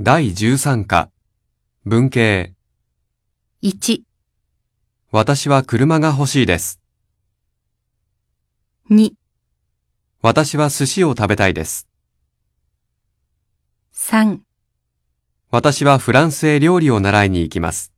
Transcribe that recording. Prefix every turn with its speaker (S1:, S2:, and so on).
S1: 第13課。文系。
S2: 1、
S1: 私は車が欲しいです。
S2: 2、
S1: 私は寿司を食べたいです。
S2: 3
S1: 私はフランスへ料理を習いに行きます。